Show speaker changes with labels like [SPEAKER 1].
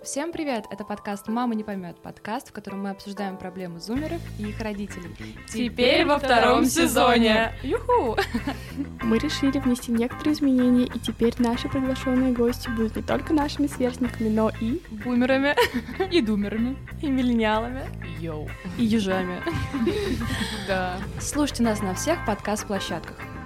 [SPEAKER 1] Всем привет! Это подкаст «Мама не поймет» подкаст, в котором мы обсуждаем проблемы зумеров и их родителей.
[SPEAKER 2] Теперь во втором сезоне.
[SPEAKER 1] Юху!
[SPEAKER 3] Мы решили внести некоторые изменения, и теперь наши приглашенные гости будут не только нашими сверстниками, но и...
[SPEAKER 1] Бумерами
[SPEAKER 2] И думерами.
[SPEAKER 1] и миллениалами
[SPEAKER 2] Йоу.
[SPEAKER 1] и южами.
[SPEAKER 2] Да.
[SPEAKER 1] Слушайте нас на всех подкаст-площадках.